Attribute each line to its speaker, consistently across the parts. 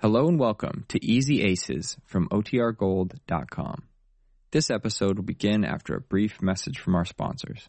Speaker 1: Hello and welcome to Easy Aces from OTRGold.com. This episode will begin after a brief message from our sponsors.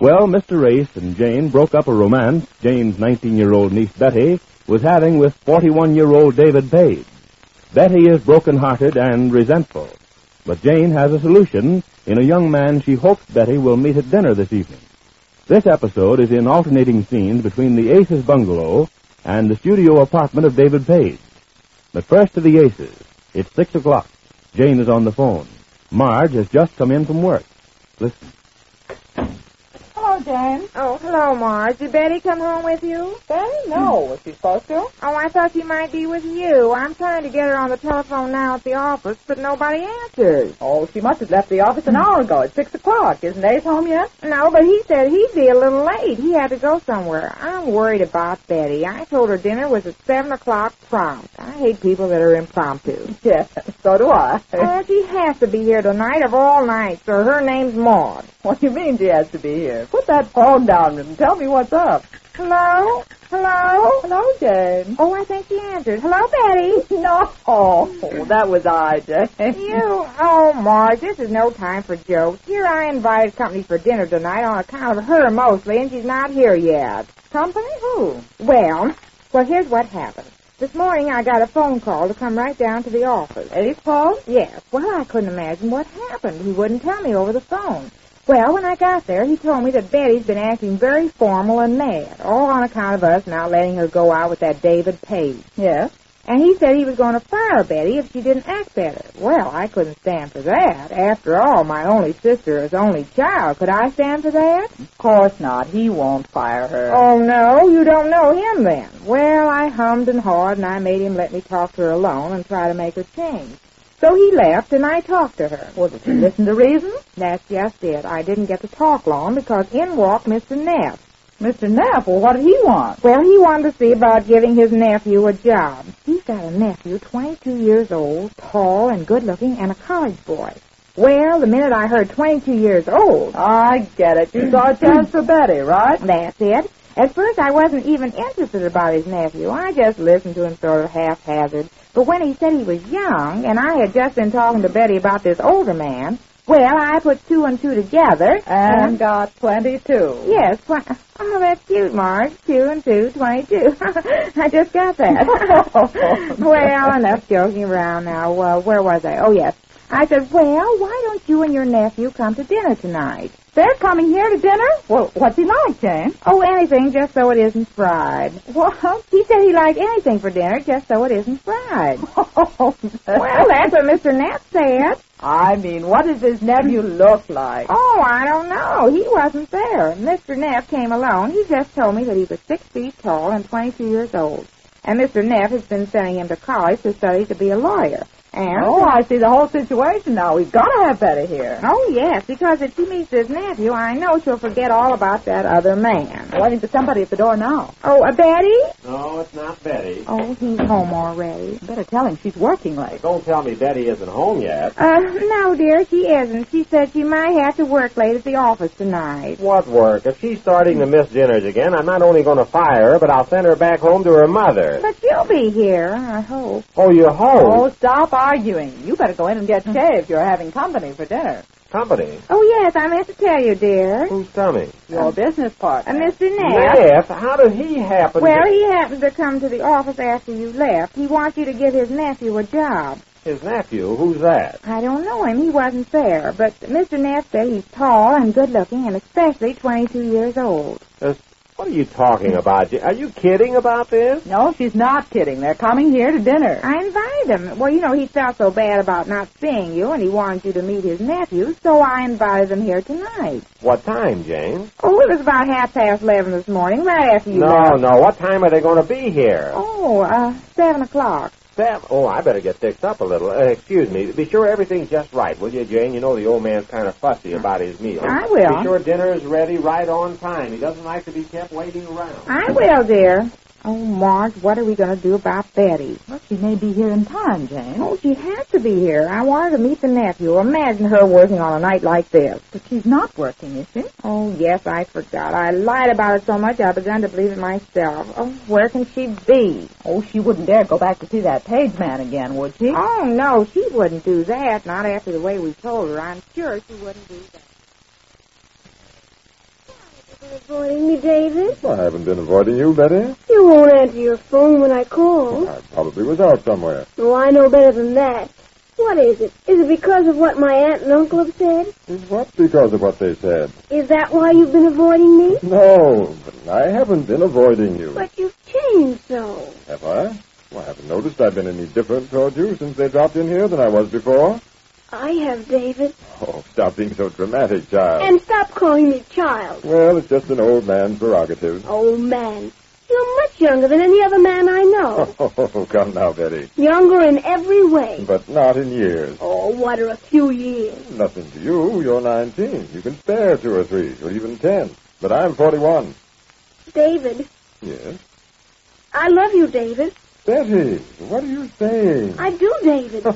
Speaker 2: Well, Mr. Race and Jane broke up a romance Jane's 19 year old niece Betty was having with 41 year old David Page. Betty is broken hearted and resentful, but Jane has a solution in a young man she hopes Betty will meet at dinner this evening. This episode is in alternating scenes between the Aces bungalow and the studio apartment of David Page. But first to the Aces. It's 6 o'clock. Jane is on the phone. Marge has just come in from work. Listen.
Speaker 3: Hello, Jane.
Speaker 4: Oh, hello, Marge. Did Betty come home with you?
Speaker 3: Betty? No. Was she supposed to?
Speaker 4: Oh, I thought she might be with you. I'm trying to get her on the telephone now at the office, but nobody answers.
Speaker 3: Oh, she must have left the office an hour ago. It's six o'clock. Isn't Ace home yet?
Speaker 4: No, but he said he'd be a little late. He had to go somewhere. I'm worried about Betty. I told her dinner was at 7 o'clock prompt. I hate people that are impromptu.
Speaker 3: Yes, so do I.
Speaker 4: oh, she has to be here tonight of all nights, or her name's Maud.
Speaker 3: What do you mean she has to be here? Put that phone down and tell me what's up.
Speaker 4: Hello? Hello?
Speaker 3: Hello, Jane.
Speaker 4: Oh, I think she answered. Hello, Betty.
Speaker 3: No. Oh, that was I, Jane.
Speaker 4: You, oh, Marge, this is no time for jokes. Here I invited company for dinner tonight on account of her mostly, and she's not here yet.
Speaker 3: Company? Who?
Speaker 4: Well, well, here's what happened. This morning I got a phone call to come right down to the office.
Speaker 3: Ace phone?
Speaker 4: Yes, well, I couldn't imagine what happened. He wouldn't tell me over the phone. Well, when I got there, he told me that Betty's been acting very formal and mad, all on account of us not letting her go out with that David Page.
Speaker 3: Yes.
Speaker 4: And he said he was going to fire Betty if she didn't act better. Well, I couldn't stand for that. After all, my only sister is only child. Could I stand for that?
Speaker 3: Of course not. He won't fire her.
Speaker 4: Oh, no, you don't know him then. Well, I hummed and hawed and I made him let me talk to her alone and try to make her change. So he left and I talked to her.
Speaker 3: Well, did you listen to reason?
Speaker 4: That's just it. I didn't get to talk long because in walked Mr. Knapp.
Speaker 3: Mr. Knapp, well, what did he want?
Speaker 4: Well, he wanted to see about giving his nephew a job. He's got a nephew, 22 years old, tall and good looking, and a college boy. Well, the minute I heard 22 years old,
Speaker 3: Oh, I get it. You saw a chance for Betty, right?
Speaker 4: that's it. At first, I wasn't even interested about his nephew. I just listened to him sort of haphazard. But when he said he was young, and I had just been talking to Betty about this older man, well, I put two and two together.
Speaker 3: And got 22.
Speaker 4: Yes, twen- oh, that's cute, Marge. Two and two, twenty-two. I just got that. well, enough joking around now. Uh, where was I? Oh, yes. I said, well, why don't you and your nephew come to dinner tonight?
Speaker 3: They're coming here to dinner? Well, what's he like, Jane?
Speaker 4: Oh, anything, just so it isn't fried.
Speaker 3: What?
Speaker 4: He said he liked anything for dinner, just so it isn't fried.
Speaker 3: well,
Speaker 4: well, that's what Mr. Knapp said.
Speaker 3: I mean, what does his nephew look like?
Speaker 4: Oh, I don't know. He wasn't there. Mr. Neff came alone. He just told me that he was six feet tall and 22 years old. And Mr. Neff has been sending him to college to study to be a lawyer. And
Speaker 3: Oh, I see the whole situation now. We've got to have Betty here.
Speaker 4: Oh, yes, because if she meets his nephew, I know she'll forget all about that other man.
Speaker 3: Waiting for somebody at the door now.
Speaker 4: Oh, a Betty?
Speaker 5: No, it's not Betty.
Speaker 4: Oh, he's home already.
Speaker 3: Better tell him she's working late.
Speaker 5: Don't tell me Betty isn't home yet.
Speaker 4: Uh, no, dear, she isn't. She said she might have to work late at the office tonight.
Speaker 5: What work? If she's starting to miss dinners again, I'm not only going to fire her, but I'll send her back home to her mother.
Speaker 4: But you'll be here, I hope.
Speaker 5: Oh, you're
Speaker 3: Oh,
Speaker 5: home?
Speaker 3: stop arguing. You better go in and get shaved. You're having company for dinner.
Speaker 5: Company?
Speaker 4: Oh, yes, I meant to tell you, dear.
Speaker 5: Who's coming?
Speaker 3: Your business
Speaker 4: Uh,
Speaker 3: partner.
Speaker 4: Mr. Neff.
Speaker 5: Neff? How did he happen
Speaker 4: Well,
Speaker 5: to...
Speaker 4: he happened to come to the office after you left. He wants you to give his nephew a job.
Speaker 5: His nephew? Who's that?
Speaker 4: I don't know him. He wasn't there. But Mr. Neff said he's tall and good looking and especially 22 years old.
Speaker 5: Uh, What are you talking about? Are you kidding about this?
Speaker 3: No, she's not kidding. They're coming here to dinner.
Speaker 4: I invited him. Well, you know, he felt so bad about not seeing you and he wanted you to meet his nephew, so I invited him here tonight.
Speaker 5: What time, Jane?
Speaker 4: Oh, it was about half past 11 this morning, right after you
Speaker 5: No,
Speaker 4: left.
Speaker 5: no. What time are they going to be here?
Speaker 4: Oh, uh, 7 o'clock.
Speaker 5: Sam, oh, I better get fixed up a little. Uh, excuse me. Be sure everything's just right, will you, Jane? You know the old man's kind of fussy about his meal.
Speaker 3: I will.
Speaker 5: Be sure dinner is ready right on time. He doesn't like to be kept waiting around.
Speaker 3: I will, dear. Oh, Marge, what are we going to do about Betty?
Speaker 6: Well, she may be here in time, Jane.
Speaker 3: Oh, she had to be here. I wanted to meet the nephew. Imagine her working on a night like this.
Speaker 6: But she's not working, is she?
Speaker 3: Oh, yes, I forgot. I lied about it so much I began to believe it myself. Oh, where can she be?
Speaker 6: Oh, she wouldn't dare go back to see that page man again, would she?
Speaker 3: Oh, no, she wouldn't do that. Not after the way we told her. I'm sure she wouldn't do that.
Speaker 4: Avoiding me, David?
Speaker 2: Well, I haven't been avoiding you, Betty.
Speaker 4: You won't answer your phone when I call.
Speaker 2: Well, I probably was out somewhere.
Speaker 4: No, Oh, I know better than that. What is it? Is it because of what my aunt and uncle have said?
Speaker 2: Is what because of what they said?
Speaker 4: Is that why you've been avoiding me?
Speaker 2: No, but I haven't been avoiding you.
Speaker 4: But you've changed so.
Speaker 2: Have I? Well, I haven't noticed I've been any different toward you since they dropped in here than I was before.
Speaker 4: I have, David.
Speaker 2: Oh, stop being so dramatic, child.
Speaker 4: And stop calling me child.
Speaker 2: Well, it's just an old man's prerogative.
Speaker 4: Old man. You're much younger than any other man I know.
Speaker 2: Oh, come now, Betty.
Speaker 4: Younger in every way.
Speaker 2: But not in years. Oh,
Speaker 4: Oh, what are a few years?
Speaker 2: Nothing to you. You're 19. You can spare two or three, or even ten. But I'm 41.
Speaker 4: David,
Speaker 2: Yes.
Speaker 4: I love you, David.
Speaker 2: Betty, what are you saying?
Speaker 4: I do, David. Oh,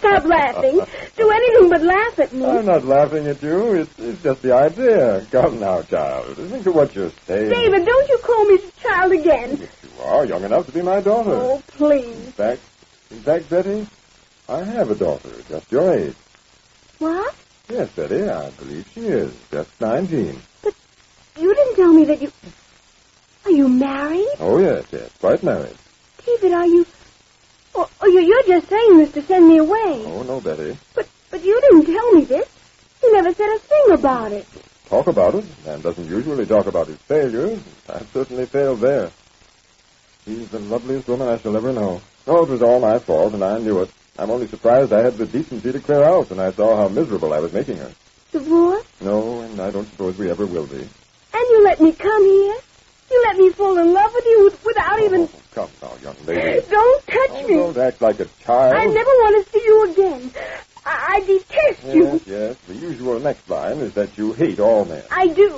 Speaker 4: stop laughing. Do anything but laugh at me.
Speaker 2: I'm not laughing at you. It's, it's just the idea. Come now, child. Think of what you're saying.
Speaker 4: David, don't you call me child again.
Speaker 2: You are young enough to be my daughter.
Speaker 4: Oh,
Speaker 2: In
Speaker 4: please.
Speaker 2: fact, in fact, Betty, I have a daughter just your age.
Speaker 4: What?
Speaker 2: Yes, Betty, I believe she is just 19.
Speaker 4: You didn't tell me that you. Are you married?
Speaker 2: Oh, yes, yes, quite married.
Speaker 4: David, are you? Oh, oh, you- you're just saying this to send me away.
Speaker 2: Oh, no, Betty.
Speaker 4: But but you didn't tell me this. You never said a thing about it.
Speaker 2: Talk about it. Man doesn't usually talk about his failures. I've certainly failed there. She's the loveliest woman I shall ever know. Oh, it was all my fault, and I knew it. I'm only surprised I had the decency to clear out when I saw how miserable I was making her.
Speaker 4: Divorce?
Speaker 2: No, and I don't suppose we ever will be.
Speaker 4: And you let me come here? You let me fall in love with you with- without even.
Speaker 2: Oh, come now, young lady.
Speaker 4: Don't touch
Speaker 2: Oh,
Speaker 4: me.
Speaker 2: don't act like a child.
Speaker 4: I never want to see you again. I, I detest you.
Speaker 2: Yes, yes. The usual next line is that you hate all men.
Speaker 4: I do.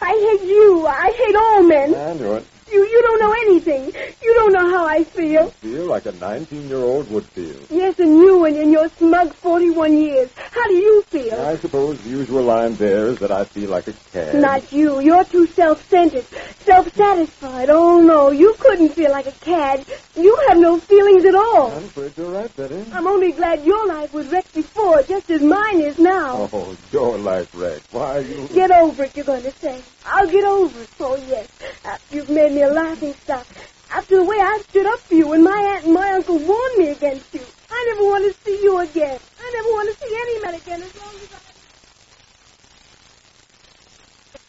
Speaker 4: I hate you. I hate all men.
Speaker 2: I knew it.
Speaker 4: You you don't know anything. You don't know how I feel.
Speaker 2: Feel like a 19-year-old would feel.
Speaker 4: Yes, and you and, and your smug 41 years. How do you feel?
Speaker 2: I suppose the usual line there is that I feel like a cad.
Speaker 4: Not you. You're too self-centered, self-satisfied. Oh, no, you couldn't feel like a cad. You have no feelings at all.
Speaker 2: I'm afraid you're right, Betty.
Speaker 4: I'm only glad your life was wrecked before, just as mine is now.
Speaker 2: Oh, your life wreck. Why, you...
Speaker 4: Get over it, you're going to say. I'll get over it. Oh, yes. Uh, you've made me a laughing stock. After the way I stood up for you when my aunt and my uncle warned me against you. I never want to see you again. I never want to see any man again as long as I...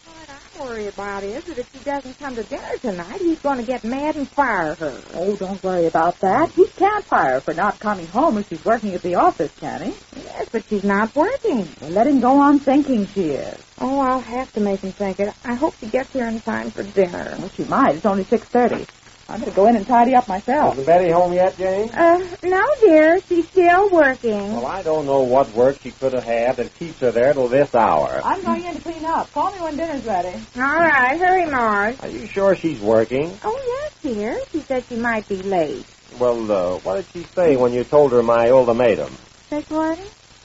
Speaker 3: What I worry about is that if she doesn't come to dinner tonight, he's going to get mad and fire her.
Speaker 6: Oh, don't worry about that. He can't fire her for not coming home if she's working at the office, can he?
Speaker 3: Yes, but she's not working.
Speaker 6: Well, let him go on thinking she is.
Speaker 3: Oh, I'll have to make him think it. I hope she gets here in time for dinner.
Speaker 6: Well, she might. It's only 6.30. I'm going to go in and tidy up myself.
Speaker 5: Isn't Betty home yet, Jane?
Speaker 3: Uh, no, dear. She's still working.
Speaker 5: Well, I don't know what work she could have had that keeps her there till this hour.
Speaker 6: I'm going in to clean up. Call me when dinner's ready.
Speaker 3: All right, hurry, Marge.
Speaker 5: Are you sure she's working?
Speaker 3: Oh, yes, dear. She said she might be late.
Speaker 5: Well, uh, what did she say when you told her my ultimatum?
Speaker 3: Said what?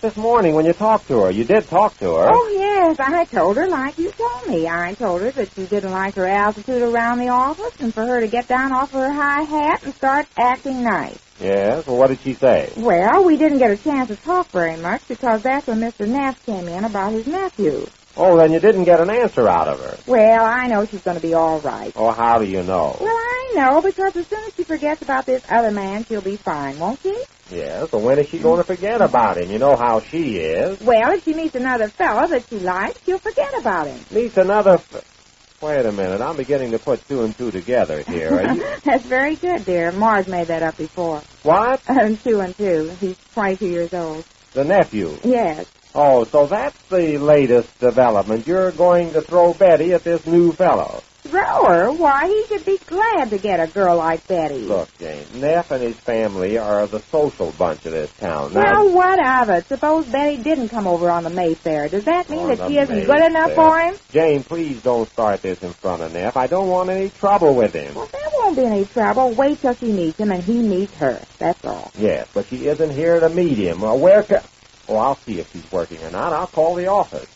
Speaker 5: This morning when you talked to her. You did talk to her.
Speaker 3: Oh, yes. I told her like you told me. I told her that you didn't like her altitude around the office and for her to get down off her high hat and start acting nice.
Speaker 5: Yes? Well, what did she say?
Speaker 3: Well, we didn't get a chance to talk very much because that's when Mr. Nash came in about his nephew.
Speaker 5: Oh, then you didn't get an answer out of her.
Speaker 3: Well, I know she's going to be all right.
Speaker 5: Oh, how do you know?
Speaker 3: Well, I know because as soon as she forgets about this other man, she'll be fine, won't she?
Speaker 5: Yes, but when is she going to forget about him? You know how she is.
Speaker 3: Well, if she meets another fella that she likes, she'll forget about him.
Speaker 5: Meets another... F- Wait a minute. I'm beginning to put two and two together here. Are you...
Speaker 3: That's very good, dear. Marge made that up before.
Speaker 5: what?
Speaker 3: Um, two and two. He's 22 years old.
Speaker 5: The nephew.
Speaker 3: Yes.
Speaker 5: Oh, so that's the latest development. You're going to throw Betty at this new fellow.
Speaker 4: grower, why, he should be glad to get a girl like Betty.
Speaker 5: Look, Jane, Neff and his family are the social bunch of this town. Now,
Speaker 4: Well, what of it? Suppose Betty didn't come over on the Mayfair. Does that mean
Speaker 5: On
Speaker 4: that
Speaker 5: the
Speaker 4: she isn't good enough
Speaker 5: Mayfair.
Speaker 4: for him?
Speaker 5: Jane, please don't start this in front of Neff. I don't want any trouble with him.
Speaker 4: Well, there won't be any trouble. Wait till she meets him and he meets her. That's all.
Speaker 5: Yes, but she isn't here to meet him. Well, where ca Oh, I'll see if she's working or not. I'll call the office.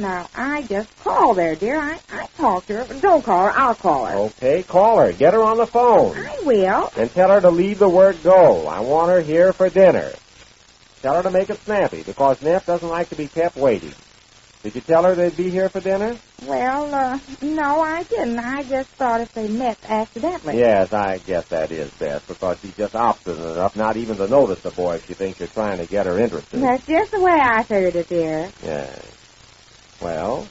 Speaker 4: Now, I just call there, dear. I, I talked to her. Don't call her. I'll call her.
Speaker 5: Okay, call her. Get her on the phone.
Speaker 4: I will.
Speaker 5: And tell her to leave the word go. I want her here for dinner. Tell her to make it snappy, because Neff doesn't like to be kept waiting. Did you tell her they'd be here for dinner?
Speaker 4: Well, uh, no, I didn't. I just thought if they met accidentally.
Speaker 5: Yes, I guess that is best, because she's just obstinate enough not even to notice the boy if she thinks you're trying to get her interested.
Speaker 4: That's just the way I figured it, dear.
Speaker 5: Yes. Well?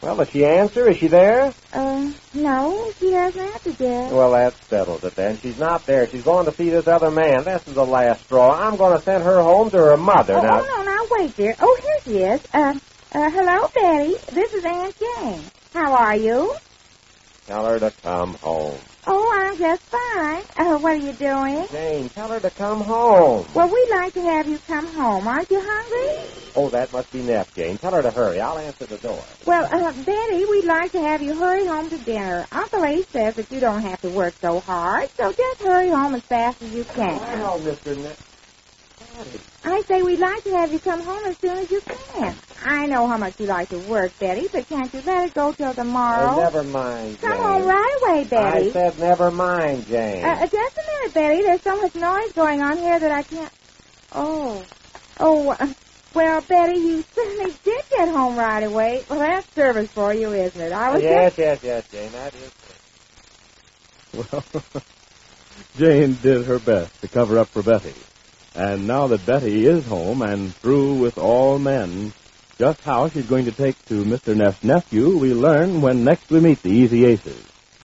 Speaker 5: Well, does she answer? Is she there?
Speaker 4: Uh, no, she doesn't have to, dear.
Speaker 5: Well, that settles it then. She's not there. She's going to see this other man. This is the last straw. I'm going to send her home to her mother.
Speaker 4: Oh,
Speaker 5: now,
Speaker 4: oh, no, now wait, dear. Oh, here she is. Uh, uh, hello, Betty. This is Aunt Jane. How are you?
Speaker 5: tell her to come home.
Speaker 4: Oh, I'm just fine. Uh, what are you doing?
Speaker 5: Jane, tell her to come home.
Speaker 4: Well, we'd like to have you come home. Aren't you hungry?
Speaker 5: Oh, that must be Neff, Jane. Tell her to hurry. I'll answer the door.
Speaker 4: Well, uh, Betty, we'd like to have you hurry home to dinner. Uncle Ace says that you don't have to work so hard, so just hurry home as fast as you can.
Speaker 5: Well, Mr. Neff.
Speaker 4: I say we'd like to have you come home as soon as you can. I know how much you like to work, Betty, but can't you let it go till
Speaker 5: Oh,
Speaker 4: tomorrow?
Speaker 5: never mind, Jane.
Speaker 4: Come home right away, Betty.
Speaker 5: I said never mind, Jane.
Speaker 4: Uh, uh, just a minute, Betty. There's so much noise going on here that I can't. Oh. Oh, uh, well, Betty, you certainly did get home right away. Well, that's service for you, isn't it? I was
Speaker 5: yes, yes, yes, Jane. That is.
Speaker 2: Well, Jane did her best to cover up for Betty. And now that Betty is home and through with all men, just how she's going to take to Mr. Neff's nephew, we learn when next we meet the Easy Aces.